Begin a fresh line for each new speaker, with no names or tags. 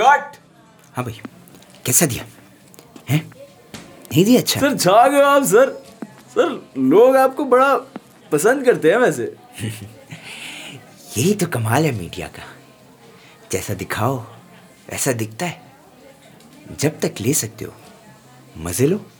cut
हाँ भाई कैसा दिया है नहीं दिया अच्छा
सर छा गए आप सर सर लोग आपको बड़ा पसंद करते हैं वैसे
यही तो कमाल है मीडिया का जैसा दिखाओ वैसा दिखता है जब तक ले सकते हो मज़े लो